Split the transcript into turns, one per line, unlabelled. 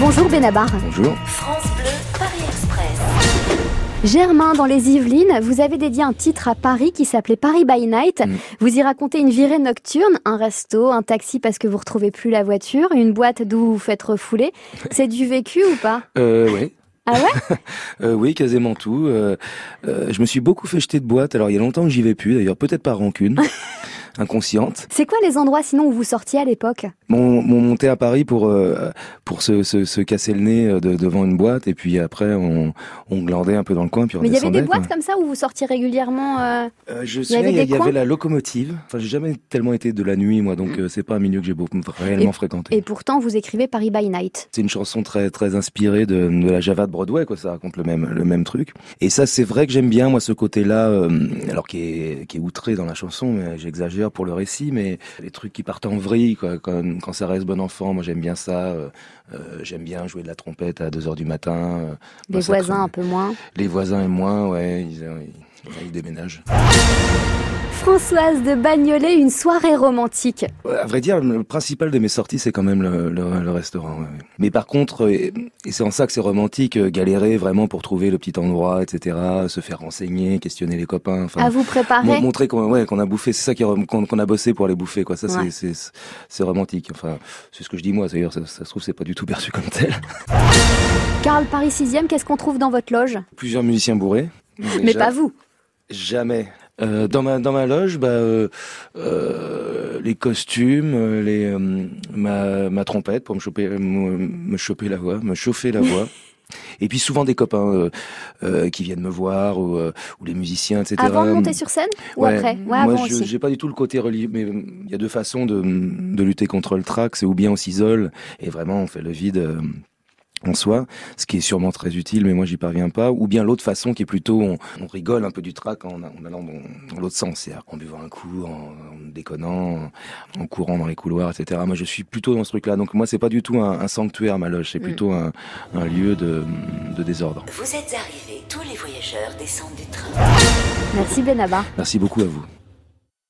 Bonjour Benabar.
Bonjour.
France Bleu, Paris Express.
Germain, dans les Yvelines, vous avez dédié un titre à Paris qui s'appelait Paris by Night.
Mm.
Vous y racontez une virée nocturne, un resto, un taxi parce que vous retrouvez plus la voiture, une boîte d'où vous vous faites refouler. C'est du vécu ou pas
Euh, ouais.
Ah
Euh, Oui, quasiment tout. Euh, euh, je me suis beaucoup fait jeter de boîte. Alors, il y a longtemps que j'y vais plus, d'ailleurs, peut-être par rancune, inconsciente.
C'est quoi les endroits sinon où vous sortiez à l'époque
Mon, mon monté à Paris pour euh, pour se, se, se casser le nez euh, de- devant une boîte et puis après on, on glandait un peu dans le coin puis on
Mais il y avait des
descendait, quoi.
boîtes comme ça où vous sortiez régulièrement euh,
Euh, je
y
sais,
avait
il y, a-
des
il y
coins Mm.
avait la locomotive. Enfin, j'ai jamais tellement été de la nuit moi, donc euh, c'est pas un milieu que j'ai beaucoup réellement fréquenté.
et pourtant vous écrivez Paris by Night.
C'est une chanson très très inspirée de, de la Java de Broadway, quoi. Ça raconte le même le même truc. Et ça, c'est vrai que j'aime bien moi ce côté-là, euh, alors qui est qui est outré dans la chanson, mais j'exagère pour le récit, mais les trucs qui partent en vrille, quoi. Quand, quand ça reste bon enfant, moi j'aime bien ça. euh, euh, j'aime bien jouer de la trompette à 2 heures du matin. euh,
Les
massacrer-
voisins un peu moins.
Les voisins et moi, ouais, ils, ils- ils déménagent.
Françoise de Bagnolet, une soirée romantique.
Ouais, À vrai dire, le principal de mes sorties, c'est quand même le, le- le restaurant. ouais, ouais. Mais par contre, euh, et, et c'est en ça que c'est romantique, euh, galérer vraiment pour trouver le petit endroit, etc., se faire renseigner, questionner les copains,
à
enfin,
vous préparer.
mon- montrer qu'on ouais, qu'on a bouffé. C'est ça qui est rom- qu'on qu'on a bossé pour aller bouffer, quoi. Ça, c'est-
Ouais.
c'est c'est romantique. Enfin, c'est ce que je dis moi. D'ailleurs, ça, ça se trouve, c'est pas du tout perçu comme tel.
Karl Paris 6 qu'est-ce qu'on trouve dans votre loge
Plusieurs musiciens bourrés.
Mais
Déjà-
pas vous.
Jamais. Euh, dans ma dans ma loge, bah, euh, euh, les costumes, euh, les euh, ma ma trompette pour me choper me, me choper la voix, me chauffer la voix. Et puis souvent des copains euh, euh, qui viennent me voir ou, euh, ou les musiciens, etc.
Avant de monter sur scène ou
Ouais.
après Ouais,
Moi,
avant
je-
aussi.
j'ai pas du tout le côté religieux, mais euh, il y a deux façons de, de lutter contre le trac, c'est ou bien on s'isole et vraiment on fait le vide euh, en soi, ce qui est sûrement très utile, mais moi j'y parviens pas, ou bien l'autre façon qui est plutôt on, on rigole un peu du trac en, en allant dans, dans l'autre sens, c'est-à-dire en buvant un coup, en, en déconnant, en, en courant dans les couloirs, etc. Moi je suis plutôt dans ce truc-là, donc moi c'est pas du tout un, un sanctuaire ma loge, c'est
Mm.
plutôt un, un lieu de, de désordre.
Vous êtes arrivés, tous les voyageurs descendent du train.
Merci Benaba.
Merci beaucoup à vous.